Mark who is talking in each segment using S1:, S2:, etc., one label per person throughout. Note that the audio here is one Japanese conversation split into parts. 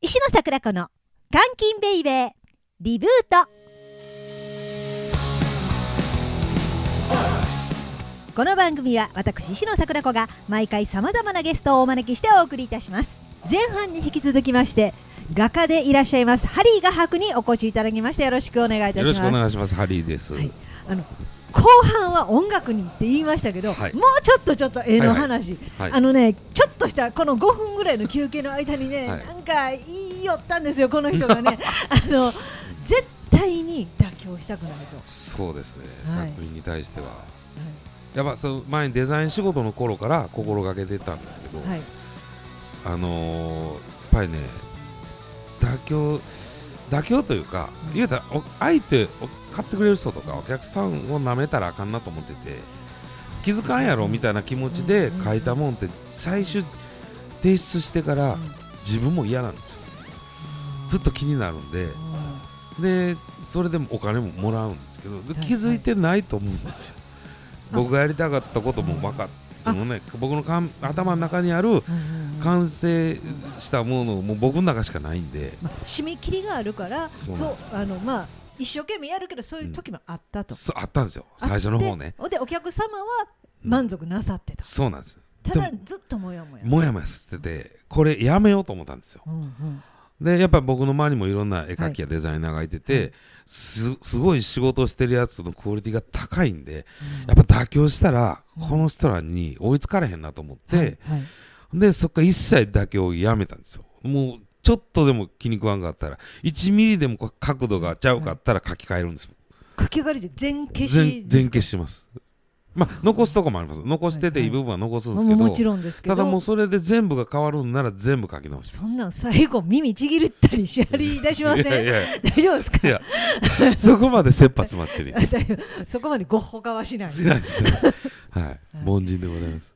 S1: 石野桜子の監禁ベイベーリブートこの番組は私石野桜子が毎回さまざまなゲストをお招きしてお送りいたします前半に引き続きまして画家でいらっしゃいますハリー画伯にお越しいただきましてよろしくお願いいたし
S2: よろ
S1: ま
S2: し
S1: す
S2: くお願いします。ハリーです。
S1: はいあの後半は音楽にって言いましたけど、
S2: はい
S1: もうちょっとちょっと絵の
S2: はいはい
S1: 話、
S2: はい
S1: あのねちょっとしたこの5分ぐらいの休憩の間にね、
S2: はい
S1: なんか言いよったんですよこの人が ねあの絶対に妥協したくないと、は
S2: そうですね。
S1: はい
S2: 作品に対しては、やっぱそう前にデザイン仕事の頃から心がけてたんですけど、
S1: いはい
S2: あのーやっぱりね妥協妥協というか、
S1: うん
S2: 言うたらお相手を買ってくれる人とかお客さんを舐めたらあかんなと思ってて気づかんやろみたいな気持ちで書いたもんって最終提出してから
S1: うん
S2: 自分も嫌なんですよ。ずっと気になるんで。でそれでもお金ももらうんですけどで
S1: はい
S2: 気づいてないと思うんですよ、
S1: あ
S2: 僕がやりたかったことも分かっそのね僕のかん頭の中にある
S1: うん
S2: 完成したものもう僕の中しかないんで
S1: まあ締め切りがあるから
S2: そ
S1: そうう
S2: なんです
S1: あのまあ一生懸命やるけどそういう時もあったと、
S2: そうあったんですよ最初の方ね
S1: ででお客様は満足なさってた、
S2: そうなんです
S1: ただ
S2: でも
S1: ずっともやもや
S2: もやもやしててこれやめようと思ったんですよ
S1: うんうん
S2: でやっぱ僕の周りにもいろんな絵描きやデザイナーがいてて、
S1: はい
S2: すすごい仕事をしてるやつのクオリティが高いんで
S1: うん
S2: やっぱ妥協したら
S1: うん
S2: この人らに追いつかれへんなと思って、
S1: はいはい
S2: で、そっから一切妥協をやめたんですよ。もう、ちょっとでも気に食わんかったら、1ミリでもこう角度がちゃうかったら書き換えるんです。
S1: 駆け上がりで全消し
S2: 全全消
S1: し
S2: します。まあ、残すとこもあります。残してていい部分は残すんですけど、
S1: もちろんですけど
S2: ただもうそれで全部が変わるんなら全部書き直し
S1: そんなん最後耳ちぎるったりしはり出しま
S2: ま
S1: せ
S2: す。
S1: ん
S2: いやいやい
S1: 大丈夫ですか
S2: いやや、そこまで切羽詰まってる。
S1: 大丈夫そこまでごっほかはしない
S2: しないですはい。凡人でございます。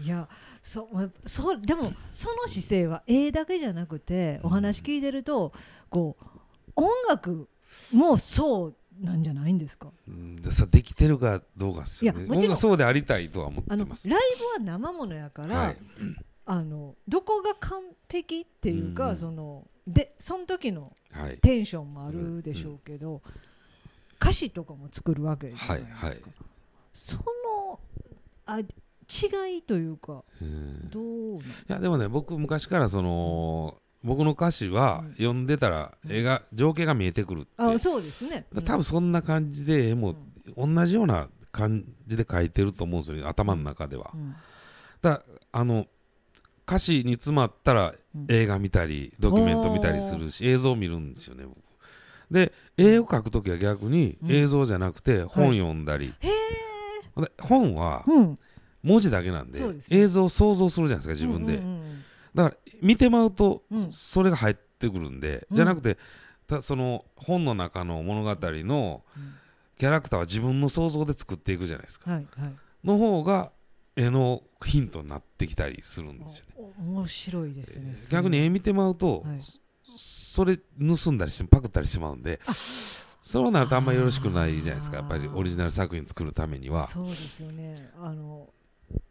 S1: あいやそうそうでもその姿勢は絵だけじゃなくてお話聞いてるとこう音楽もそうなんじゃないんですか
S2: うんでさできてるかどうかですよ
S1: い
S2: ね。
S1: やもちろん
S2: 僕はそうでありたいとは思っ
S1: あ
S2: て
S1: の
S2: ます。
S1: ライブは生ものやから、
S2: はい。
S1: あのどこが完璧っていうか、
S2: うん
S1: そのでその時の
S2: はい。
S1: テンションもあるでしょうけど、歌詞とかも作るわけじゃないですか、
S2: はいはい
S1: そのあ違いというか
S2: うん
S1: どうなん
S2: いやでもね僕昔からその僕の歌詞は
S1: うん
S2: 読んでたら絵が情景が見えてくるって
S1: あそうですね
S2: 多分そんな感じで絵も同じような感じで描いてると思うんですよね頭の中では
S1: う。ん
S2: だからあの歌詞に詰まったら
S1: うん
S2: 映画見たりドキュメント見たりするし映像を見るんですよね僕。で絵を描く時は逆に
S1: うん
S2: 映像じゃなくて本読んだり、
S1: へえ
S2: で本は
S1: うん
S2: 文字だけなんで
S1: そうですね
S2: 映像を想像するじゃないですか自分で。
S1: うんうん
S2: だから見てまうと
S1: うん
S2: それが入ってくるんで、
S1: うん
S2: じゃなくてたその本の中の物語の
S1: うん
S2: キャラクターは自分の想像で作っていくじゃないですか
S1: はいはい
S2: の方が絵のヒントになってきたりするんですよね
S1: お面白いですね
S2: 逆に
S1: それ
S2: 絵見てまうと、
S1: はい
S2: それ盗んだりしてパクったりしてまうんでそうなるとあんまりよろしくないじゃないですか
S1: あ
S2: や
S1: ー
S2: っぱりオリジナル作品作るためには
S1: そうですよねあの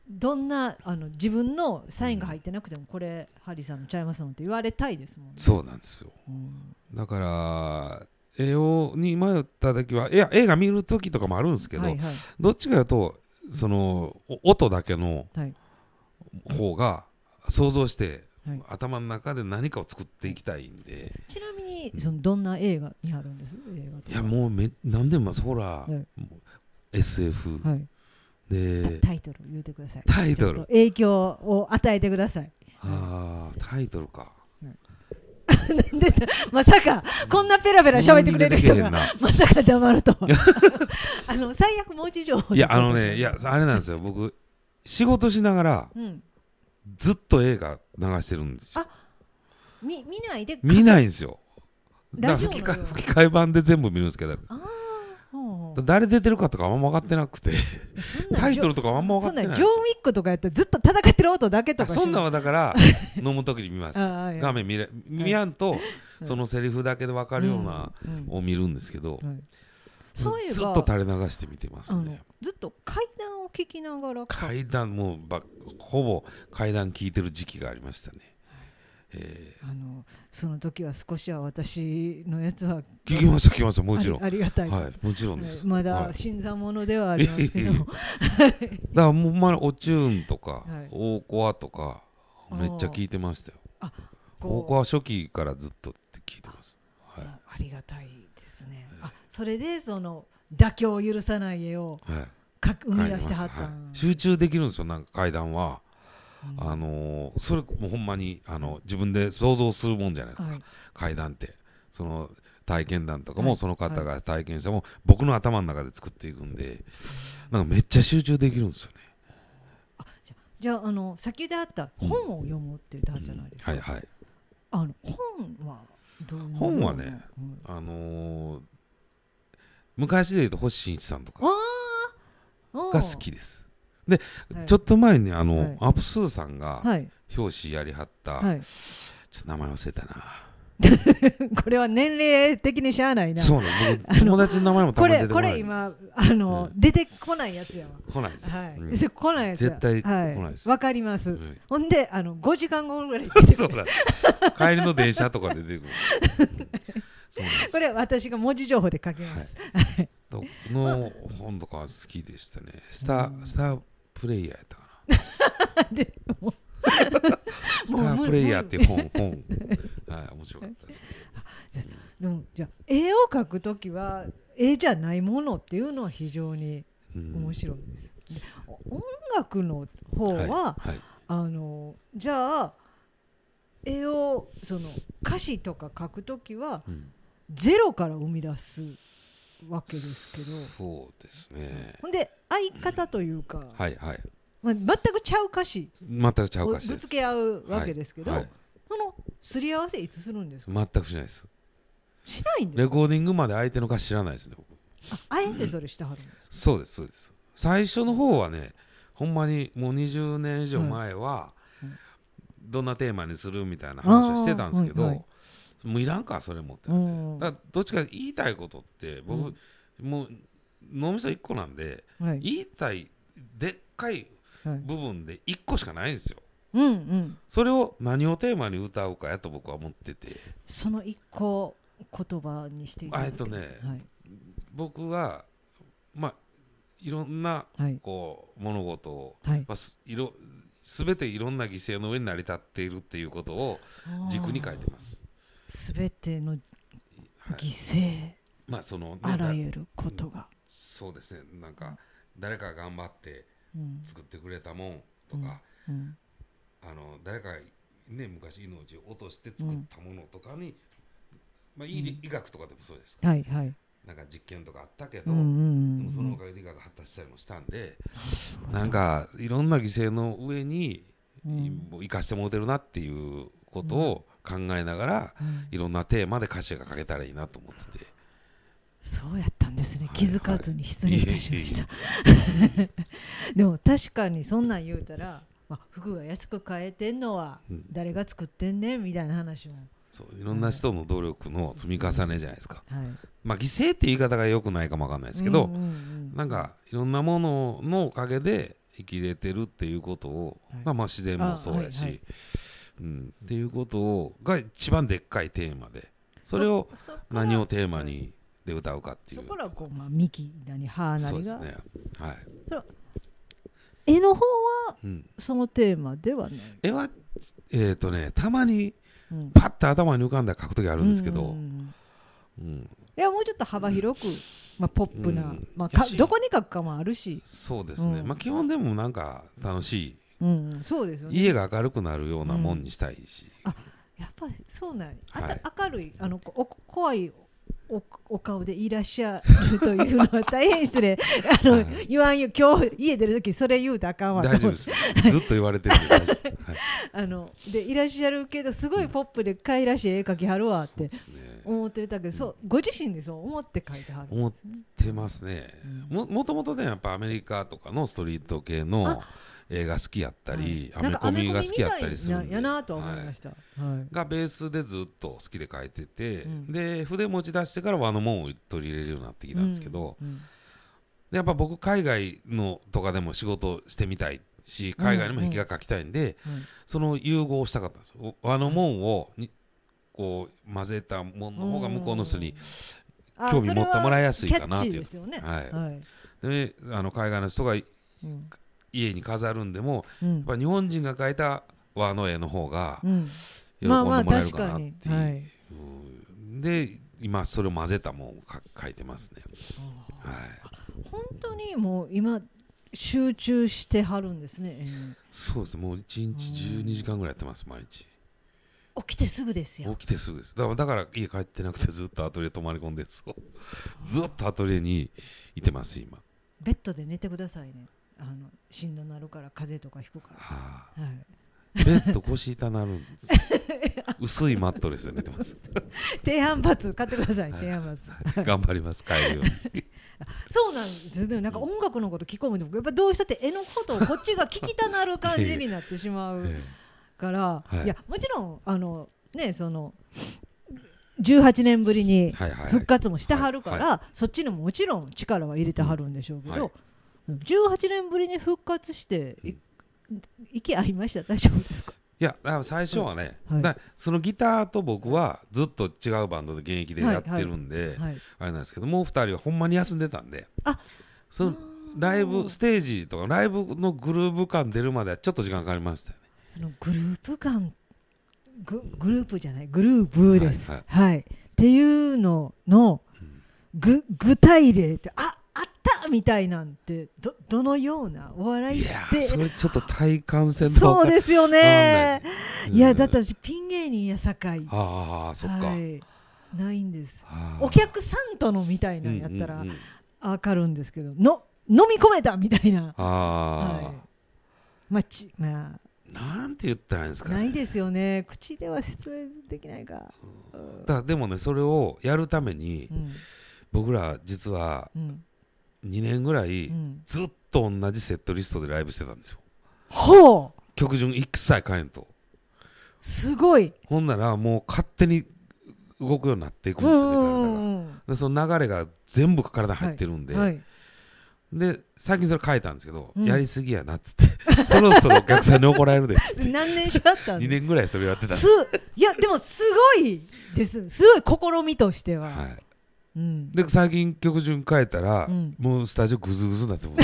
S1: どんなあの自分のサインが入ってなくても、これハリーさんのちゃいますのって言われたいですもんね
S2: そうなんですよ
S1: うん
S2: だから絵をに迷った時はいや映画見る時とかもあるんですけど、
S1: はいはい
S2: どっちかだとそのお音だけの
S1: はい
S2: 方が想像して、
S1: はい
S2: 頭の中で何かを作っていきたいんで、
S1: ちなみに
S2: うん
S1: そのどんな映画にあるんです映画とか
S2: いやもうめ何でもますホラー、
S1: はい
S2: もう SF
S1: はい
S2: で
S1: タタイトル言うてください
S2: タイ
S1: ちょ
S2: ト
S1: っと
S2: ル
S1: 影響を与えてください
S2: あータイトルか
S1: でまさかこんなペラペラ喋ってくれる人
S2: 人
S1: が
S2: 間でき
S1: まさか黙るとは あの最悪文字情報
S2: へんないやあのねいやあれなんですよ僕仕事しながら
S1: うん
S2: ずっと映画流してるんですよ
S1: あ見見ないで
S2: 見ないんですよだ
S1: ラ
S2: か
S1: ジオのよ
S2: ら吹き
S1: うな
S2: 替え吹き替え版で全部見るんですけど
S1: ああほうほう
S2: 誰出てるかとかあんま分かってなくて
S1: そんなん
S2: タイトルとかあんま分
S1: そん
S2: かっ
S1: な
S2: て
S1: ジ
S2: な
S1: ョ
S2: い
S1: ン・ウィックとかやったらずっと戦ってる音だけと
S2: あ
S1: か
S2: そんなん
S1: は
S2: はだから 飲む時に見ます画面見れ見やんとそのセリフだけで分かるようなを見るんですけど
S1: そういえば
S2: ずっと垂れ流して見てます
S1: あの
S2: ね
S1: ずっと階段を聞きながらか
S2: 階段もうばほぼ階段聞いてる時期がありましたねえ
S1: あのその時は少しは私のやつは
S2: 聞きました聞きましたも
S1: あ
S2: ち
S1: り
S2: ろん
S1: ありがたい、
S2: はいもちろんです、
S1: えま
S2: は
S1: だ
S2: い
S1: 新参者ではありますけど、
S2: いえいだからもうほんまにおチューンと
S1: は
S2: か、
S1: い
S2: 大コアとか
S1: あー
S2: めっちゃ聞いてましたよ大
S1: こう
S2: コア初期からずっとって聞いてます、はい
S1: あありがたいですね。あそれでその妥協を許さない絵を
S2: はい、
S1: か生み
S2: 帰りま
S1: 出してはっ
S2: は
S1: たん
S2: い、集中できるんですよなんか階段
S1: う
S2: は、
S1: ん
S2: あのーそれもうほんまにあの自分で想像するもんじゃないですか、
S1: はい
S2: 階段ってその体験談とか
S1: は
S2: も
S1: い
S2: その方が体験しても、僕の頭の中で作っていくんでなんかめっちゃ集中できるんですよね、
S1: あじゃじゃああの先であった本を読むって言ってはったじゃないですか。
S2: うんはいはい
S1: あの本はどういう
S2: 本はね
S1: うん
S2: あのー昔で言うと星新一さんとか
S1: あー
S2: が好、きですで、
S1: はい
S2: ちょっと前にあの、
S1: はい
S2: アップスーさん
S1: あ
S2: が
S1: ーはい
S2: 表紙やりはった、
S1: はい。
S2: ちょっと名前忘れたな
S1: これは年齢的にしゃあないな。
S2: そうね僕友達の名前もた
S1: こ
S2: まに出
S1: れ
S2: て
S1: こ
S2: こない
S1: れ今あの、
S2: う
S1: 出てこないやつやわ。
S2: 来ないです、
S1: はい、
S2: うん
S1: 出てこないやつや
S2: 絶対
S1: はい
S2: 来ないです
S1: わかります。
S2: はい
S1: ほんであの5時間後ぐらいに
S2: そうだ。帰りの電車とか出て くる。そうなんです
S1: これは私が文字情報で書きます。
S2: 僕の本とかは好きでしたね。スター、スタープレイヤーやったか
S1: でもう
S2: な。 スタ
S1: もう
S2: ープレイヤーっていう本、本。はい、面白かったですね。
S1: でもじゃあ絵を描くときは絵じゃないものっていうのは非常に
S2: うん
S1: 面白いです。で音楽の方は、
S2: いはい
S1: あのじゃあ絵をその歌詞とか書くときは
S2: うん
S1: ゼロから生み出すわけですけど、
S2: そうですね。
S1: ほんで相方というか、
S2: はいはい。
S1: まあ、全くちゃう歌詞
S2: 全くちゃ
S1: を
S2: う
S1: ぶ
S2: かしです。
S1: つけ合うわけですけど、
S2: はいはい
S1: そのすり合わせいつするんですか
S2: 全くしないです。
S1: しないんで
S2: レ
S1: すか
S2: コーディングまで相手の歌知らないですね。僕
S1: ああえてそれしてはるんですか
S2: そうですそうです最初の方はねほんまにもう20年以上前は、
S1: うん
S2: どんなテーマにするみたいな話をしてたんですけど、
S1: あーはいは
S2: もういらんかそれ持って
S1: うん
S2: だからどっちか言いたいことって僕、もう脳みそ1個なんで
S1: はい
S2: 言いたいでっかい
S1: はい
S2: 部分で1個しかないんですよ
S1: うんうん
S2: それを何をテーマに歌うかやと僕は思ってて
S1: その一個言葉にしていただける
S2: あえっとね
S1: はい
S2: 僕はまあいろんな
S1: はい
S2: こう物事を
S1: はい
S2: まあ、すいろ全ていろんな犠牲の上に成り立っているっていうことを 軸に書いてます。
S1: すべての
S2: はい
S1: 犠牲
S2: まあそのね
S1: あら
S2: だ
S1: ゆることが、
S2: そうですねなんか誰かが頑張って
S1: うん
S2: 作ってくれたもんとか、
S1: うん
S2: あの誰かが、ね、昔命を落として作ったものとかに、まあ、いい理医学とかでもそうですか、
S1: はいはい
S2: なんか実験とかあったけ
S1: う
S2: ど、
S1: んうん
S2: でも
S1: う
S2: そのお
S1: ん
S2: かげで医学が発達したりもしたんで、なんかいろんな犠牲の上に、
S1: うん
S2: もう生かしてもうてるなっていうことを考えながら、
S1: うん
S2: いろんなテーマで歌詞が書けたらいいなと思ってて
S1: そうやったんですね
S2: はい
S1: 気づかずに失礼いたしました、 でも確かにそんなん言うたら、まあ、服が安く買えてんのは
S2: うん
S1: 誰が作ってんねんみたいな話も、
S2: そういろんな人の努力の積み重ねじゃないですか、
S1: はい、
S2: まあ犠牲って言い方が良くないかもわかんないですけど、
S1: うんうんうん
S2: なんかいろんなもののおかげで生きれてるっていうことを、
S1: はい
S2: がまあ自然もそうやし、
S1: あはいはい
S2: うん、っていうことをが一番でっかいテーマでそれを
S1: そから
S2: 何をテーマにで歌うかってい
S1: そうこらこう、まあ、幹なり葉な
S2: そ
S1: り
S2: うで
S1: が、
S2: すねはい、
S1: 絵の方は
S2: うん、
S1: そのテーマではない、
S2: 絵はえっ、とねたまに
S1: うん、
S2: パッと頭に浮かんだら書く時あ
S1: あ
S2: るんですけど、
S1: うんうん
S2: うん、
S1: いやもうちょっと幅広く、まあ、ポップな、
S2: うん
S1: まあ、か
S2: やし
S1: どこに書くかもあるし、
S2: そうですね、
S1: うん
S2: まあ基本でもなんか楽し
S1: うんうん、そうです
S2: い、
S1: よね
S2: 家が明るくなるようなもんにしたいし、
S1: やっぱりそうなんや、あ
S2: はい
S1: た明るいあのこお怖いおお顔でいらっしゃるというのは大変失礼 あの、
S2: はい
S1: 言わんよ今日家出る時それ言うたらあかんわと思
S2: 大
S1: って
S2: 丈夫です、ずっと言われてるんで大丈夫はい
S1: あのでいらっしゃるけどすごいポップで可愛らしい絵描きはるわっ
S2: そう
S1: て
S2: で すね
S1: 思ってたけどそうご自身でそう思って描いてはるんですね
S2: 出ますね、ももともとねやっぱアメリカとかのストリート系の映画好きやったり、
S1: はいなんか
S2: アメコミが好きやったりする
S1: アメ
S2: ん
S1: コミみたい
S2: で
S1: なやなとは思い
S2: は
S1: ま
S2: い
S1: した、はい
S2: がベースでずっと好きで書いてて、
S1: うん
S2: で筆持ち出してから和の門を取り入れるようになってきたんですけど、
S1: うん
S2: でやっぱ僕海外のとかでも仕事してみたいっし海外にも壁画描きたいんで、
S1: うん
S2: その融合をしたかったんですよお和の門をにこう混ぜたもんの方が向こうの人に、
S1: あ
S2: 興味持ってもらいやすいかなっていう
S1: それはキャッチーですよね。
S2: はい
S1: はい。
S2: であの海外の人が
S1: うん
S2: 家に飾るんでも
S1: う
S2: やっ
S1: ん
S2: ぱ日本人が描いた和の絵の方が
S1: うん
S2: 喜んで
S1: まあまあ
S2: もらえる
S1: 確
S2: かな
S1: か
S2: っ
S1: に。
S2: ていう、
S1: はい。
S2: うんで今それを混ぜたもんをか描いてますね、はい、
S1: 本当にもう今集中してはるんですね。えー
S2: そうですねもう1日12時間ぐらいやってます毎
S1: 起
S2: 日
S1: きてすぐですよ。
S2: 起きてすぐですだからだから家帰ってなくてずっとアトリエ泊まり込んでそうずっとアトリエにいてます今
S1: ベッドで寝てくださいね。あのしんどなるから風邪とかひくか
S2: はあ
S1: ら。はい。
S2: ベッド腰痛なるんです薄いマットレスで寝てます
S1: 低反発買ってください。低反発。
S2: 頑張ります帰るように
S1: そうなんですね。なんか音楽のこと聞こえてもやっぱどうしたって絵のことをこっちが聞きたなる感じになってしまう。
S2: え
S1: から、
S2: はい
S1: い、やもちろんあのねその18年ぶりに
S2: えはいはい、は
S1: 復
S2: い、
S1: 活もしてはるから、
S2: は
S1: そっちにももちろん力は入れてはるんでしょうけど、
S2: うんはい
S1: うん18年ぶりに復活してい息合いました大丈夫ですか
S2: いやだから最初はね、
S1: はい
S2: だからそのギターと僕はずっと違うバンドで現役でやってるんで、
S1: はい、
S2: あれなんですけどもう2人はほんまに休んでたんで
S1: あ
S2: そのライブステージとかライブのグルーブ感出るまではちょっと時間かかりましたよね
S1: そのグループ感ググループじゃないグルーブです
S2: は
S1: はいい、っていうのの
S2: うん
S1: ぐ具体例ってああったみたいなんてどどのようなお笑い
S2: い
S1: って
S2: やーそれちょっと体感戦と
S1: そうですよね。
S2: うん
S1: いやだって私ピン芸人やさかい。
S2: ああそっか、
S1: はい。ないんです。
S2: あー
S1: お客さんとのみたいな
S2: うん
S1: やったら
S2: うんうん
S1: わかるんですけど、の飲み込めたみたいな。
S2: あ
S1: はい。まあちま
S2: ー、なんて言ったらいいんです
S1: あ
S2: かね
S1: ないですよね。口では説明できないか。
S2: だからでもねそれをやるために
S1: うん
S2: 僕ら実は
S1: うん
S2: 2年ぐらい
S1: うん。
S2: ずっと同じセットリストでライブしてたんですよ
S1: ほう
S2: 曲順一切変えんと
S1: すごい。
S2: ほんならもう勝手に動くようになっていくん
S1: う
S2: で
S1: ん
S2: す
S1: う
S2: よね体が
S1: んうん。
S2: でその流れが全部体入ってるんで、
S1: はい。
S2: で最近それ変えたんですけど、
S1: うん
S2: やりすぎやなっつって そろそろお客さんに怒られるでっつって
S1: 何年しだったん
S2: 2
S1: で
S2: 年ぐらいそれやってたんです
S1: す。いやでもすごいです。すごい試みとしては。
S2: はい
S1: うん。
S2: で最近曲順変えたら、
S1: うん
S2: もうスタジオグズグズになってもう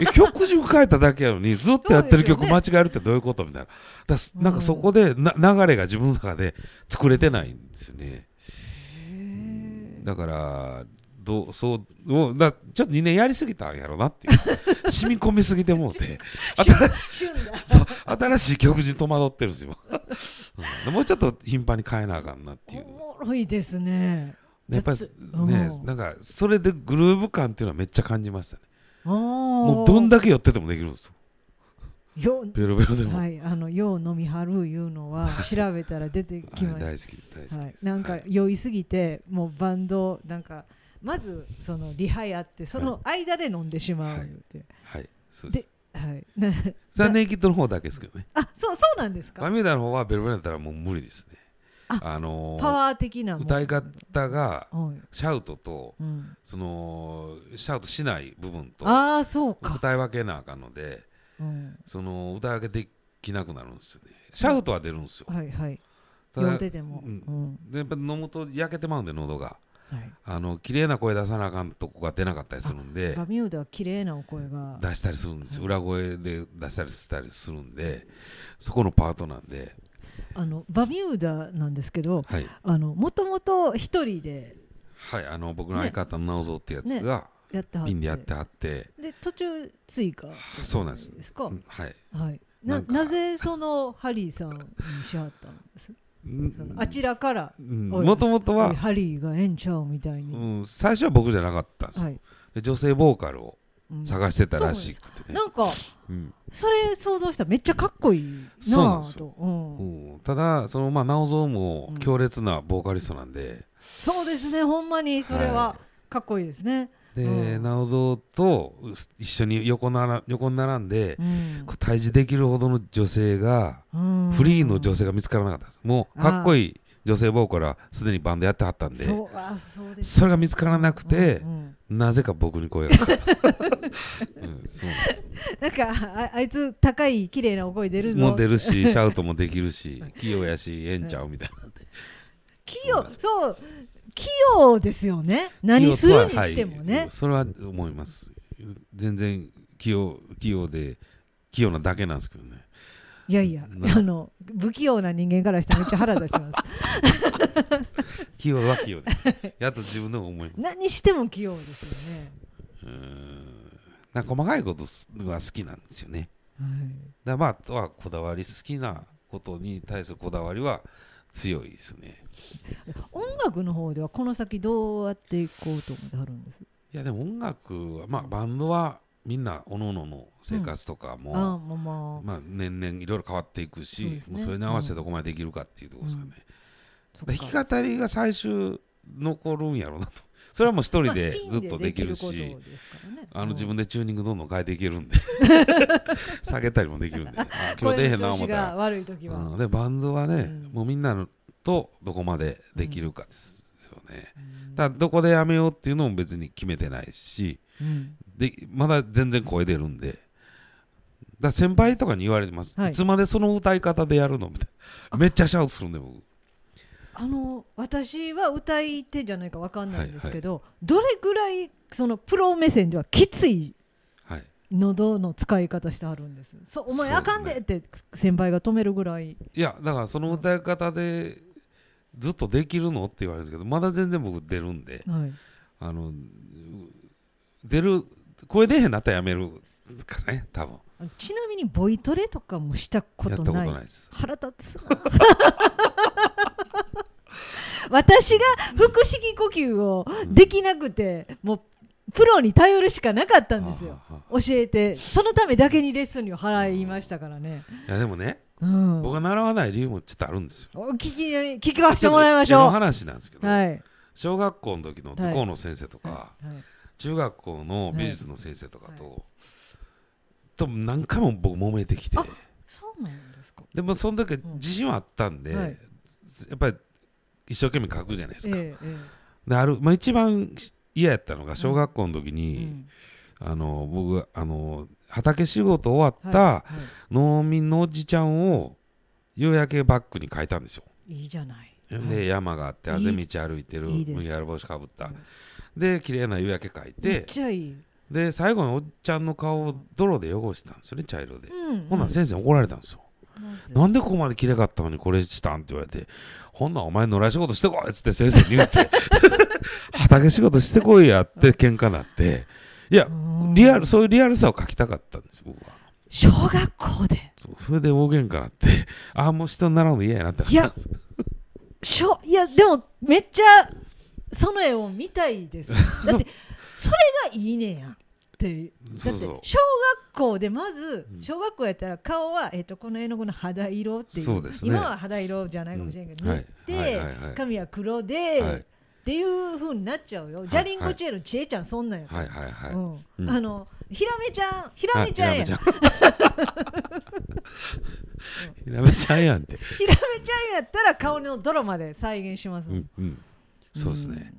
S2: え 曲順変えただけやのにずっとやってる曲
S1: そう
S2: 間違
S1: で
S2: えるってどういうことみたいなだす
S1: うん
S2: なんかそこでな流れが自分の中で作れてないんですよねだからどうそうもうだちょっと2年やりすぎたんやろなっていう 染み込みすぎてもうて新し
S1: 旬だ。
S2: そう新しい曲順戸惑ってるんですよ、うんもうちょっと頻繁に変えなあかんなっていう
S1: おもろいですね。
S2: やっぱり
S1: 雑
S2: ね
S1: うん
S2: なんかそれでグルーヴ感っていうのはめっちゃ感じましたねも
S1: も
S2: うどんだけ寄っててもできるんですよ
S1: よ
S2: ベロベロでも、
S1: は
S2: はい
S1: い、あのよう飲みはるいうのは調べたら出てき
S2: 大
S1: ま
S2: 好き
S1: し
S2: です大
S1: た。はい
S2: 好きで、す、
S1: なんか
S2: はい
S1: 酔いすぎてもうバンドなんかまずそのリハやってその間で飲んでしまう
S2: はい
S1: って。
S2: はいそうです
S1: はい。な
S2: それはネイキッドの方だけですけどね
S1: あ、そうそうなんです
S2: バ
S1: か。
S2: ミューダの方はベロベロだったらもう無理ですね
S1: あ
S2: あのー
S1: パワー的なもん
S2: 歌い。方が
S1: はい。
S2: シャウトと
S1: うん。
S2: そのシャウトしない部分と
S1: ああ、そうか。
S2: 歌い分けなあかんので
S1: うん。
S2: その歌い分けできなくなるんですよねシャウトは出るんですよ、
S1: はいはい。
S2: ただ
S1: 両手でも。う
S2: う
S1: んん。
S2: でやっぱ飲むと焼けてまうんで喉が
S1: はい。
S2: あの綺麗な声出さなあかんとこが出なかったりするんで
S1: バミューダは綺麗なお声が。
S2: 出したりするんですよ、
S1: うん
S2: 裏声で出したりしたりするんでそこのパートなんで、
S1: あのバミューダなんですけど、
S2: はい
S1: あのもともと一人で
S2: はい、あの僕の相方の直蔵ってやつが
S1: やってはっ、
S2: ピンでやっててはって、
S1: で途中追加
S2: そうなんです
S1: ですか
S2: う。んはい
S1: はい。
S2: な
S1: なん
S2: か
S1: なぜそのハリーさんにしはったんです。そのあちらからおい
S2: もともとは、
S1: ハリーがええんちゃうみたいうに。
S2: ん、最初は僕じゃなかったんですよ、
S1: はい。
S2: で女性ボーカルを
S1: うん
S2: 探してたらしくてね
S1: な、んか
S2: うん
S1: それ想像したらめっちゃかっこいい
S2: そうな
S1: な
S2: んで
S1: あ
S2: すよ
S1: と。うん
S2: うんただそのまあ直蔵も
S1: うん
S2: 強烈なボーカリストなんで、
S1: そうですね。ほんまにそれはかっこいいですね。
S2: で
S1: うん
S2: 直蔵と一緒に横なら横に並んで、
S1: うん
S2: こう対峙できるほどの女性が
S1: うん
S2: フリーの女性が見つからなかったんです。もう
S1: あー
S2: かっこいい女性ボーカルはすでにバンドやってはったんで、
S1: そうあそうです。
S2: それが見つからなくて
S1: う、んうん
S2: なぜか僕に声がかかった。うんそうなんです
S1: なんかああいつ高い綺麗なお声出るぞ
S2: もう出るしシャウトもできるし器用やしええんちゃうみたいな
S1: 器用そう器用ですよね 何するにしてもね、
S2: はいそれは思います全然器用器用で器用なだけなんですけどね
S1: い、やいや
S2: な
S1: あの不器用な人間からしたらめっちゃ腹立ちます
S2: 器用は器用ですやっと自分でも思います
S1: 何しても器用ですよね、
S2: うーんなんか細かいことが好きなんですよね
S1: はい、
S2: だからまああとはこだわり好きなことに対するこだわりは強いですね
S1: 音楽の方ではこの先どうやっていこうと思ってはるんです
S2: いやでも音楽はまあバンドはみんな各々の生活とか
S1: ああ
S2: も、
S1: まあまあ
S2: まあ、年々いろいろ変わっていくし
S1: そ
S2: そう
S1: ですね
S2: もうそれに合わせてどこまでできるかっていうところですかね、
S1: そっか
S2: で弾き語りが最終残るんやろうなとそれはもう一人
S1: ま
S2: で
S1: あピン
S2: ずっとできるし、
S1: できことですからね
S2: あ、の自分でチューニングどんどん変えていけ るんで下げたりもできるんであ今日出えへんな思
S1: 声の調子
S2: った
S1: が
S2: ら、
S1: 悪い時は、
S2: うんでバンドはね、
S1: うん
S2: もうみんなのとどこまでできるかですよね、
S1: うん
S2: だからどこでやめようっていうのも別に決めてないし
S1: うん
S2: でまだ全然声出るんでだから先輩とかに言われてます、
S1: はい
S2: い、つまでその歌い方でやるのみたいなめっちゃシャウトするんで僕
S1: あの私は歌い手じゃないかわかんないんですけど、どれぐらいそのプロ目線ではきつい
S2: はい
S1: 喉の使い方してはるんですそうお前
S2: そう
S1: あ
S2: ですね
S1: かんでって先輩が止めるぐらい
S2: いやだからその歌い方でずっとできるのって言われるんですけどまだ全然僕出るんで
S1: はい
S2: あのう出る声出へんなったらやめるかね多分
S1: あのちなみにボイトレとかもしたこ
S2: やった
S1: と
S2: こと
S1: ない
S2: ないです
S1: 腹立つ私が腹式呼吸をできなくて、もうプロに頼るしかなかったんですよ
S2: はあは
S1: 教
S2: あ
S1: えてそのためだけにレッスン料払いましたからね、
S2: いやでもね、
S1: うん、
S2: 僕が習わない理由もちょっとあるんですよ
S1: お聞き聞かせてもらいまし
S2: ちっと
S1: ょ
S2: 絵の
S1: う
S2: 話なんですけど、
S1: はいはい
S2: 小学校の時の図工の先生とか、
S1: はい
S2: 中学校の美術の先生とかと、と何回も僕揉めてきて
S1: あそうなんですか
S2: でもその時
S1: ん
S2: 自信はあったんで、
S1: はい
S2: やっぱり一生懸命書くじゃないですか、
S1: えええ
S2: である、まあ、一番嫌やったのが小学校の時
S1: え
S2: に、
S1: うん
S2: あの僕あの畑仕事終わっ
S1: は
S2: た
S1: いは
S2: 農民のおじちゃんを夕焼けバッグに書いたんですよ。
S1: いいいじゃない
S2: で、
S1: はい
S2: 山があってあぜ道歩いてる
S1: いいです
S2: 麦わら帽子かぶった
S1: うん
S2: で綺麗な夕焼け書い
S1: めってちゃいい
S2: で最後のおっちゃんの顔を泥で汚したんですよね茶色で、
S1: うん
S2: ほんなら先生怒られたんですよ、なんでここまで綺麗かったのにこれしたんって言われてほんなんお前野良仕事してこいっつって先生に言って 畑仕事してこいやって喧嘩なっていやリアルそういうリアルさを書きたかったんです僕は
S1: 小学校で
S2: そうそれで大喧嘩なってああもう人に習うの嫌やなってなったんです
S1: しょいやでもめっちゃその絵を見たいです だってそれがいいねやんってだ
S2: そ
S1: っ
S2: う
S1: て
S2: そう
S1: 小学校でまず
S2: うん
S1: 小学校やったら顔は、えっとこの絵の具の肌色っていう
S2: そうですね
S1: 今は肌色じゃないかもしれんけど、
S2: うん
S1: 塗って、
S2: はいはいはいはい
S1: 髪は黒で、
S2: はい
S1: っていう風になっちゃうよ、
S2: い
S1: ジャリンコチエルのちえちゃんそんなんやから、
S2: はいはいはい、
S1: う、
S2: うんん
S1: あのひらめちゃんひらめちゃ んやん
S2: ひらめちゃんひらめちゃんやんって
S1: ひらめちゃんやったら顔の泥まで再現しますも、
S2: うんんうん、そうですね、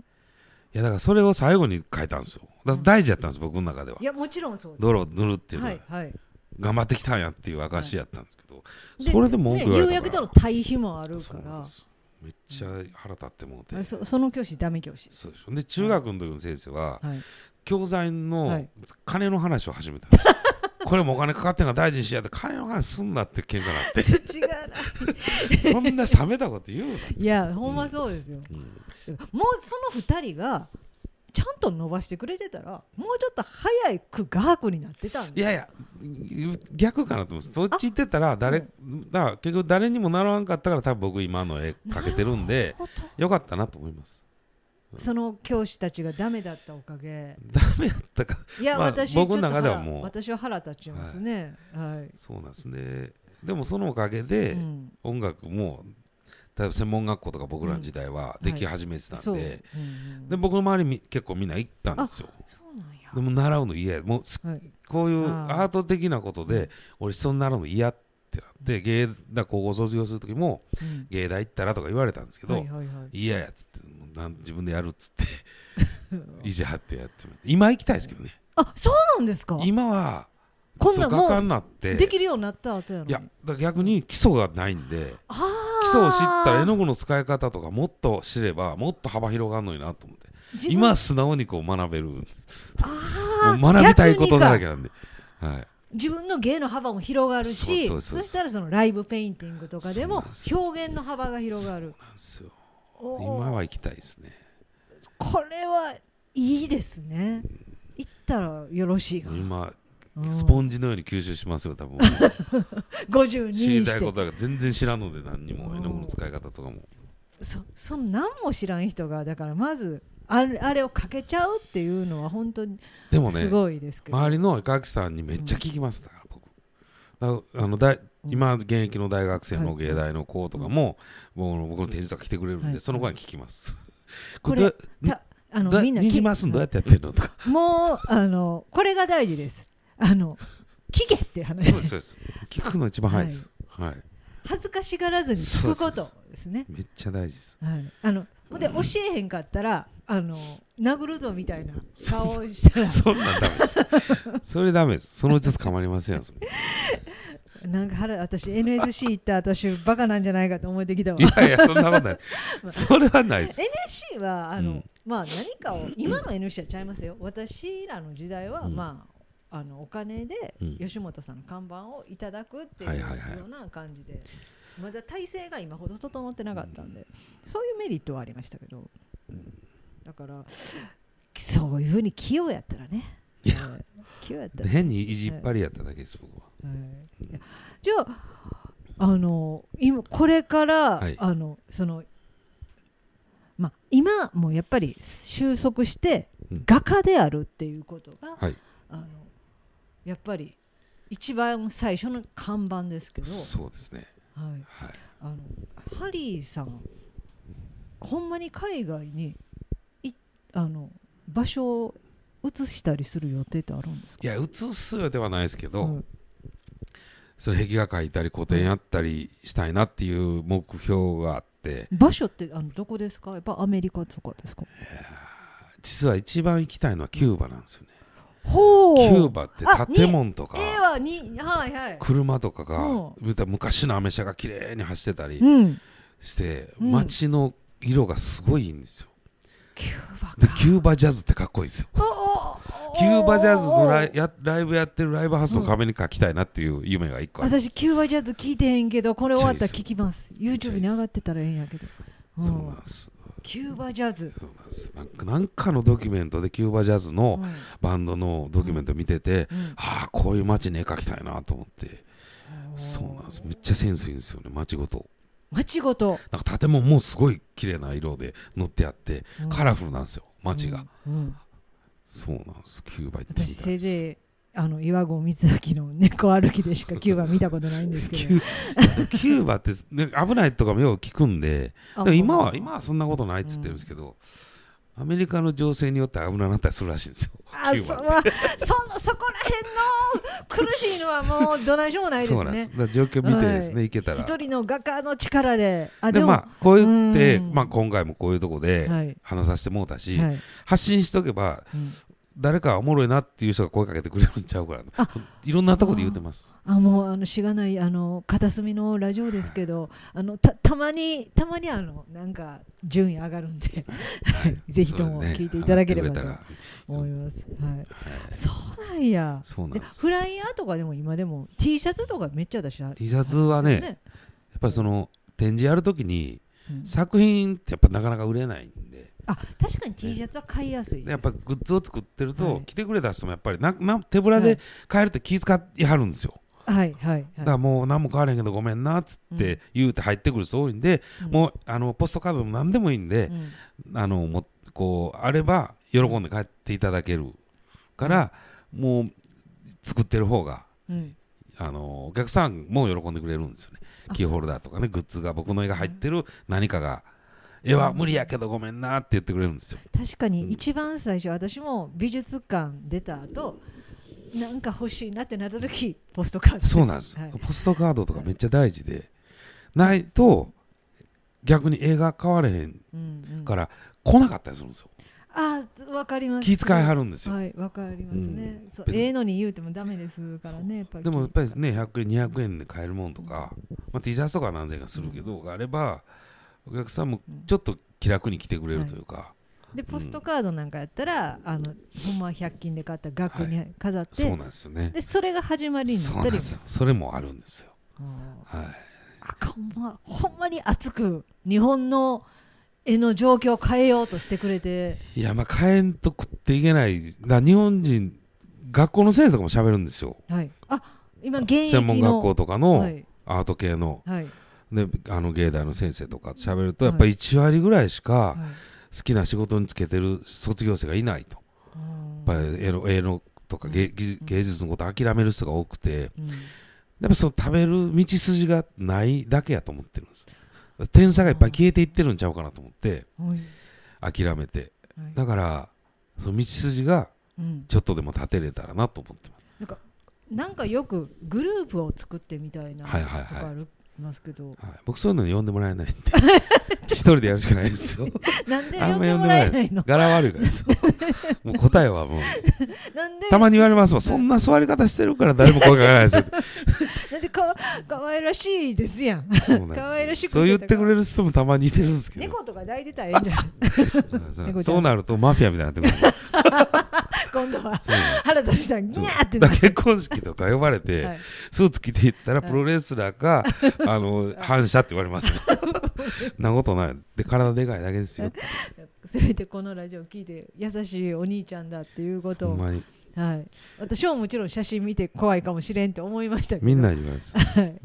S2: いやだからそれを最後に書いたんですよだから大事やったんです、僕の中ではい
S1: やもちろんそうで
S2: 泥を塗るっていう
S1: す
S2: の
S1: は
S2: は、
S1: いはい
S2: 頑張ってきたんやっていう証やったんですけど、
S1: で
S2: それでも文
S1: ね
S2: 句言わ
S1: 釉薬
S2: れたか
S1: と
S2: ら、
S1: の対比もある
S2: そ
S1: か
S2: うなん
S1: ら
S2: ですめっちゃ腹立ってもうて、
S1: あれそその教師ダメ教師です
S2: そうでしょで中学の時の先生は、
S1: はい
S2: 教材
S1: は
S2: の
S1: い
S2: 金の話を始めた んです、これもお金かかってんから大事にしやって金の話すんなって喧嘩になっ
S1: 違うな
S2: てそんな冷めたこと言うな、
S1: いやほんまそうですよ、
S2: うん
S1: もうその2人がちゃんと伸ばしてくれてたらもうちょっと早く画伯になってたん
S2: い
S1: で
S2: やいや逆かなと思うんですそっち行ってたら誰、
S1: う
S2: だから結局誰にもならんかったから多分僕今の絵描けてるんで
S1: ほんと
S2: よかったなと思います
S1: その教師たちがダメだったおかげ
S2: ダメやったか
S1: いや、
S2: まあ
S1: 私
S2: 僕
S1: ちょ
S2: の
S1: っと
S2: 中では
S1: 腹
S2: もう
S1: 私は腹立ちますねはい、
S2: そうなんですねでもそのおかげで、
S1: うん、
S2: 音楽も例えば専門学校とか僕らの時代は
S1: うんは
S2: で
S1: い
S2: き始めてたんで、
S1: そう、うんうん
S2: で僕の周りみ結構みんな行ったんですよ
S1: そうなんや
S2: でも習うの嫌やもうす
S1: はい、
S2: こういう
S1: あー
S2: アート的なことで俺人になるの嫌ってなって芸だ高校卒業する時も
S1: うん
S2: 芸大行ったらとか言われたんですけど、
S1: はいはいはい
S2: 嫌やっつってもうなん自分でやるっつって意地張ってやっても今行きたいですけどね
S1: あそうなんですか
S2: 今は
S1: こん
S2: そ
S1: な
S2: うん画家
S1: も
S2: になって
S1: うできるようになった後やの
S2: い
S1: に
S2: やだから逆に基礎がないんで
S1: あー
S2: 基礎を知ったら絵の具の使い方とかもっと知ればもっと幅広がるのになと思って
S1: 自分
S2: 今は素直にこう学べるも
S1: あ
S2: う
S1: ー
S2: 学びたいことだら
S1: 逆にか
S2: けなんで、はい、
S1: 自分の芸の幅も広がるし
S2: そう
S1: そ
S2: そうそうそう
S1: したらそのライブペインティングとかで
S2: そう
S1: も
S2: なんですよ
S1: 表現の幅が広がる
S2: なんですよ
S1: おー
S2: 今は行きたいですね
S1: これはいいですね行ったらよろしいが
S2: 今
S1: うん
S2: スポンジのように吸収しますよ 多分
S1: 52に
S2: 知りた
S1: し
S2: いこ
S1: て
S2: とが全然知らんので何にも絵の具の使い方とかも
S1: そその何も知らん人がだからまずあれあれをかけちゃうっていうのは本当に
S2: でもね
S1: すごいですけど、
S2: 周りの絵描きさんにめっちゃ聞きますだから僕だあの大今現役の大学生の芸大の子とかも、もう僕の展示とか来てくれるんで、
S1: はい
S2: その子に聞きます、
S1: これ
S2: ど
S1: たあ
S2: ど
S1: のみんな
S2: ニジマスンどうやってやってるのとか
S1: もうあのこれが大事ですあの聞けっていう話
S2: そうですそうです聞くの一番早いです、はい
S1: 恥ずかしがらずに聞くこ
S2: そうそう
S1: と
S2: そ
S1: ですね
S2: めっちゃ大事です
S1: はい、あので教えへんかったらあの殴るぞみたいな顔をしたら
S2: そんなんダメですそれダメですそのうち捕まりませんよそれ
S1: なんか腹私 NSC 行った私バカなんじゃないかと思えてきたわ
S2: いやいやそんなことないそれはないです、
S1: NSC はあの、
S2: うん
S1: まあ何かを今の NSC はちゃい ますよ私らの時代は、
S2: うん
S1: まああのお金で
S2: うん
S1: 吉本さんの看板をいただくってい
S2: は
S1: う
S2: い
S1: よ
S2: はいはいう
S1: な感じで、まだ体制が今ほど整ってなかったんで、そういうメリットはありましたけど、だからそういうふうに器用やったらね
S2: いや
S1: はい器用やったら
S2: 変に意地っぱりやっただけです僕は
S1: はいいやじゃああの今これから、
S2: はい
S1: あのそのまあ今もやっぱり収束して
S2: うん
S1: 画家であるっていうことが、
S2: はい
S1: あのやっぱり一番最初の看板ですけど、
S2: そうですね
S1: はい、
S2: はい
S1: あのハリーさんほんまに海外にいあの場所を移したりする予定ってあるんですか
S2: いや映すようではないですけど、
S1: はい
S2: それ壁画描いたり古典やったりしたいなっていう目標があって
S1: 場所ってあのどこですかやっぱアメリカとかですか
S2: 実は一番行きたいのはキューバなんですよね、
S1: ほう
S2: キューバって建物とか
S1: 絵はにはいはい
S2: 車とか
S1: うん
S2: が見たら昔のアメ車が綺麗に走ってたり
S1: うん
S2: して、
S1: うん
S2: 街の色がすごいいいんですよ
S1: キューバ
S2: で
S1: か
S2: キューバジャズってかっこいいですよ
S1: おおお
S2: キューバジャズのライ
S1: お
S2: やライブやってるライブハウスの壁に描きたいなっていう夢が一個ある、
S1: 私キューバジャズ聞いてへんけどこれ終わったら
S2: チョイ
S1: 聞きます YouTube に上がってたらええんやけどうん
S2: そうなんです
S1: キューバジャズ
S2: そうなんですなんかなんかのドキュメントでキューバジャズの、
S1: うん
S2: バンドのドキュメント見てて、
S1: うん
S2: ああこういう街に絵描きたいなと思ってそうなんですめっちゃセンスいいんですよね街ごと
S1: 街ごと
S2: なんか建物もすごい綺麗な色で乗ってあって、カラフルなんですよ街が、
S1: うんうん
S2: そうなんですキューバ行ってみ
S1: 私
S2: た
S1: せ
S2: い
S1: いぜいあの岩合光明の猫歩きでしかキューバ見たことないんですけ
S2: キ
S1: ど
S2: ューキューバって、ね、危ないとかもよく聞くんで
S1: あ
S2: でも今は今はそんなことないっつってるんですけど、アメリカの情勢によって危なくなったりするらしいんですよ
S1: あ
S2: キュー
S1: そ
S2: バって
S1: まあそのそこら辺の苦しいのはもうどないしようもないで
S2: そう
S1: す
S2: なんです
S1: ね。
S2: だから状況見てですね、
S1: はい
S2: 行けたら
S1: 一人の画家の力で、あ
S2: で
S1: でも、
S2: まあこう言って、
S1: うん
S2: まあ、今回もこういうとこで
S1: はい
S2: 話させてもうたし、
S1: はい
S2: 発信しとけば
S1: うん
S2: 誰かおもろいなっていう人が声かけてくれるんちゃうから
S1: あ
S2: いろんなとこで言ってます
S1: あもうあのしがないあの片隅のラジオですけど、あのたたまにたまにあのなんか順位上がるんで、はい ぜひとも
S2: そうだね
S1: 聞いていただければ
S2: 上がっ
S1: と
S2: てくれたら
S1: 思います。はい、
S2: はい
S1: そうなんや。
S2: そうなん
S1: で
S2: です
S1: フライヤーとかでも今でも T シャツとかめっちゃ私は
S2: T シャツはねやっ
S1: ね
S2: ぱりその展示やるときに
S1: うん
S2: 作品ってやっぱなかなか売れないんで
S1: あ確かに T シャツは買いやすいです
S2: でやっぱグッズを作ってる
S1: は
S2: と
S1: い
S2: 来てくれた人もやっぱりなな手ぶら
S1: はい
S2: で買えるって気遣いはるんですよ
S1: はいはい
S2: だか
S1: は
S2: らもう何も買われへんけどごめんなっつって言うて入ってくる人多いんで
S1: うん
S2: もうあのポストカードも何でもいいんで
S1: い、うん
S2: あのもこうあれば喜んで帰っていただけるから、もう作ってる方が
S1: うん
S2: あのお客さんも喜んでくれるんですよね
S1: あ
S2: キーホルダーとかねグッズが僕の絵が入ってる何かが「絵は無理やけどごめんな」って言ってくれるんですよ。
S1: 確か
S2: うん
S1: に一番最初私も美術館出た後なんか欲しいなってなった時ポストカード
S2: そうなんです、
S1: はい
S2: ポストカードとかめっちゃ大事でないと逆に絵が変われへん
S1: うんうん
S2: から来なかったりするんですよ。
S1: あーわかります
S2: 気遣いはるんですよ、
S1: はいわかりますね、そう
S2: 別に
S1: ええのに言うてもダメですからねやっぱり
S2: でもやっぱりね100円200円で買えるもんとか、まあ、T シャツとかは何千円かするけど、があればお客さんもちょっと気楽に来てくれるというか、
S1: でポストカードなんかやったら、あのほんまは100均で買った額
S2: は
S1: に飾って、
S2: そうなんですよね
S1: でそれが始まりにな
S2: そう
S1: っ
S2: な
S1: た
S2: ん
S1: り
S2: ですよそれもあるんですよ
S1: あー
S2: はい
S1: あかんまほんまに熱く日本の絵の状況を変えようとしてくれて
S2: いやまあ変えんと食っていけないな日本人学校の先生とかも喋るんですよ
S1: はいあ今現役の
S2: 専門学校とかの
S1: はい
S2: アート系の,、
S1: はい
S2: ね、あの芸大の先生とかと喋るとやっぱり1割ぐらいしか
S1: はい
S2: 好きな仕事につけてる卒業生がいないと
S1: あ
S2: やっぱり絵の絵のとか芸技芸術のこと諦める人が多くて
S1: ーうん
S2: やっぱその食べる道筋がないだけやと思ってるんです点差がいっぱい消えていってるんちゃうかなと思って
S1: はい
S2: 諦めて
S1: はい
S2: だからその道筋が
S1: うん
S2: ちょっとでも立てれたらなと思ってます
S1: なんかよくグループを作ってみたいなと
S2: はいはいはい
S1: かありますけど、
S2: はい、僕そういうのに呼んでもらえないんで 一人でやるしかないですよ
S1: なんで
S2: あ
S1: 呼
S2: ん
S1: ん
S2: ま
S1: で
S2: 呼ん
S1: も
S2: でも
S1: ら
S2: ら
S1: え
S2: え
S1: ないの
S2: 柄悪いか らですよもう答えはもう
S1: なんで
S2: たまに言われますわそんな座り方してるから誰も声かけないですよ
S1: なんでか可愛らしいですやん
S2: そうなんですよ
S1: 可愛らしく見せたか
S2: そう言ってくれる人もたまにいてるんですけど
S1: 猫とか抱いてたらええんじゃない
S2: うんそう
S1: 猫ちゃん
S2: そうなるとマフィアみたいになってくるんですよ
S1: 今度は
S2: そうなんで
S1: 腹立ちたらギャーって
S2: すだ
S1: な
S2: から結婚式とか呼ばれ
S1: る、は
S2: て
S1: い
S2: スーツ着ていったら
S1: はい
S2: プロレスラーかあの反射って言われますよ なことないで体でかいだけですよ
S1: せめてこのラジオ聞いて優しいお兄ちゃんだっていうこと
S2: ほん
S1: を、
S2: まに
S1: はい、私はもちろん写真見て怖いかもしれんと思いましたけど
S2: みんなに言われます
S1: はい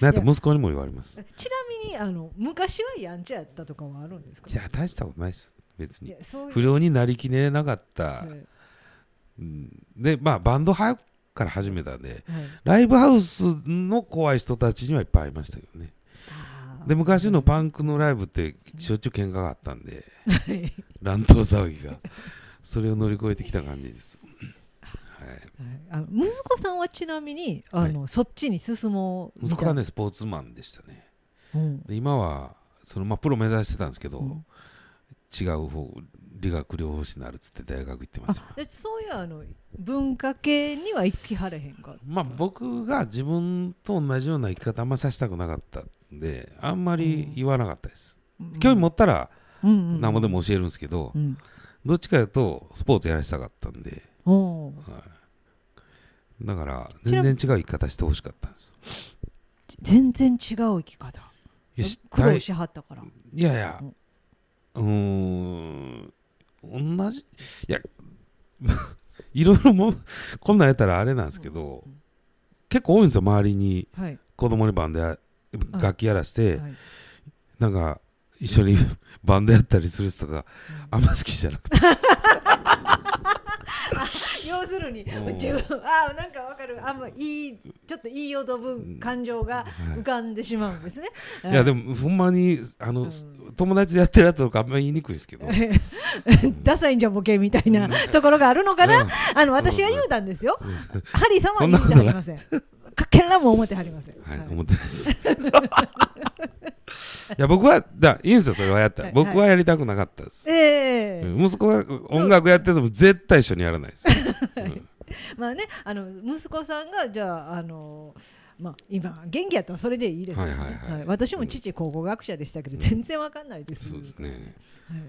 S2: なんやったら息子にも言われます
S1: ちなみにあの昔はやんちゃやったとかはあるんですか
S2: いや大したことないです別
S1: い
S2: に
S1: やそういう
S2: 不良になりきれなかった、
S1: はい
S2: うんでまあバンド早くから始めたんで
S1: はい
S2: ライブハウスの怖い人たちにはいっぱい会いましたけどね
S1: あー
S2: で昔のパンクのライブってしょっちゅう喧嘩があったんで
S1: い
S2: 乱闘騒ぎがそれを乗り越えてきた感じです、はい、
S1: はいあの息子さんはちなみにあの、そっちに進もうみたい
S2: 息子はねスポーツマンでしたね
S1: うん
S2: で今はその、まあ、プロ目指してたんですけど、
S1: うん
S2: 違う方理学療法士になるっつって大学行ってますよ
S1: あでそういうあの文化系には行きはれへんか
S2: まあ、僕が自分と同じような生き方あんまさせたくなかったんであんまり言わなかったです、興味持ったら
S1: うん
S2: 何もでも教えるんですけど、
S1: うん
S2: どっちかいうとスポーツやらせたかったんで、
S1: おー
S2: はい、だから全然違う生き方してほしかったんですよ
S1: 全然違う生き方
S2: いやし
S1: 苦
S2: た
S1: 労
S2: い
S1: しはったから
S2: いやいやうーん同じいや いろいろもうこんなんやったらあれなんですけど、
S1: うん
S2: 結構多いんですよ周りに
S1: はい
S2: 子供にバンドや楽器やらして、
S1: はい
S2: なんか一緒に バンドやったりする人があんま好きじゃなくて
S1: 要するに
S2: うん
S1: 自分ああなんかわかるあんまいいちょっといいよどぶ感情が
S2: はい
S1: 浮かんでしまうんですね。
S2: いやでもほんまにあの、
S1: うん
S2: 友達でやってるやつとかあんまり言いにくいですけど
S1: ダサいんじゃボケみたいなところがあるのかな、
S2: うん
S1: あの私は言うたんですよ、
S2: そうです
S1: ハリーさんは言うてはりませんかけらも思ってはりません、
S2: はい、
S1: はい
S2: 思ってないです いや僕はだいいんですよそれはやったら、
S1: はい
S2: 僕はやりたくなかったです、
S1: ええ
S2: うん息子が音楽やってても絶対一緒にやらないです、うん
S1: まあねあの息子さんがじゃああのまあ今元気やったらそれでいいですしね、
S2: はいはいはい
S1: はい私も父考古学者でしたけど、全然わかんないです、
S2: そうですね
S1: はい、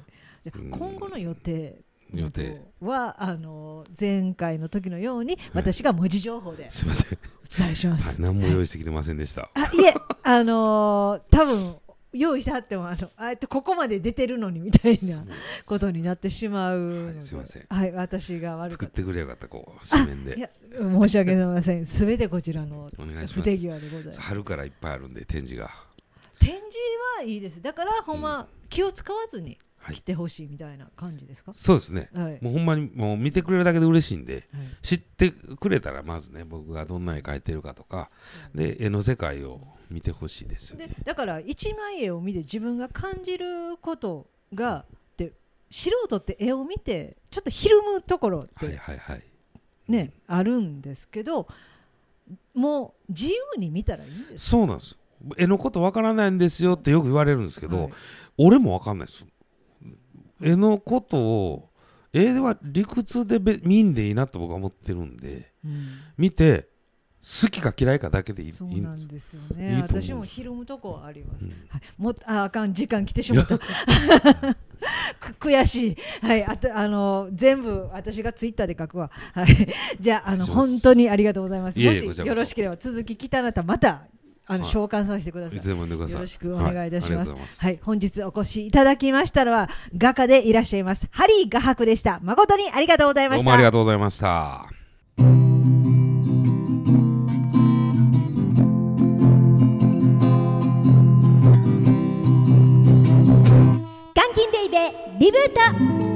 S1: じゃあ
S2: うん
S1: 今後の予定
S2: 予定
S1: はあの前回の時のように私が文字情報で
S2: すいま せん、は
S1: お伝えしま
S2: い、
S1: す。
S2: 何も用意してきてませんでした
S1: あいえあのー多分用意してはってもあのあえてここまで出てるのにみたいなことになってしまうので、
S2: はいすいません
S1: はい私が悪
S2: 作
S1: かっ
S2: っ
S1: て
S2: くれよかったこう紙面
S1: た。い
S2: で
S1: や申し訳ございません。すべてこちらの
S2: お願いし
S1: 不
S2: ま
S1: 手
S2: す
S1: 際でございます。
S2: 春からいっぱいあるんで展示が
S1: 展示はいいです。だからほんま気を使わずに
S2: はい
S1: 来てほしいみたいな感じですか。
S2: そうですね
S1: はい。
S2: もうほんまにもう見てくれるだけで嬉しいんで
S1: はい
S2: 知ってくれたらまずね僕がどんなに描いてるかとかで絵の世界を見てほしいですよ
S1: で
S2: ね
S1: だから一枚絵を見て自分が感じることがで素人って絵を見てちょっとひるむところっ
S2: はい
S1: て
S2: はいはい
S1: ね、あるんですけどもう自由に見たらいいんです
S2: そうなんですよ絵のことわからないんですよってよく言われるんですけど、
S1: はい
S2: 俺もわかんないです絵のことを映画は理屈でべ見んでいいなと僕は思ってるんで
S1: うん
S2: 見て好きか嫌いかだけでいい
S1: そう
S2: いい
S1: なんですよ
S2: い
S1: ね。
S2: いと思う
S1: 私もひるむとこはあります。
S2: うん
S1: はい、もっとああかん時間来てしま った。く悔しい。はい、あとあの全部私がツイッターで書くわ。はい、 じゃああの
S2: お願いします
S1: 本当にありがとうございます。
S2: いえ
S1: も
S2: いえこち
S1: し
S2: らこそ
S1: よろしければ続き来たらまたまたあの
S2: はい
S1: 召喚させてください
S2: いつ。でも呼んでください
S1: よろしくお願いいたし
S2: は
S1: ます。
S2: ありがとうございます、
S1: はい、本日お越しいただきましたのは画家でいらっしゃいますハリー画伯でした。誠にありがとうございま
S2: どう
S1: し
S2: もあり
S1: た
S2: が。とうございました
S3: 監禁ベイベーリブート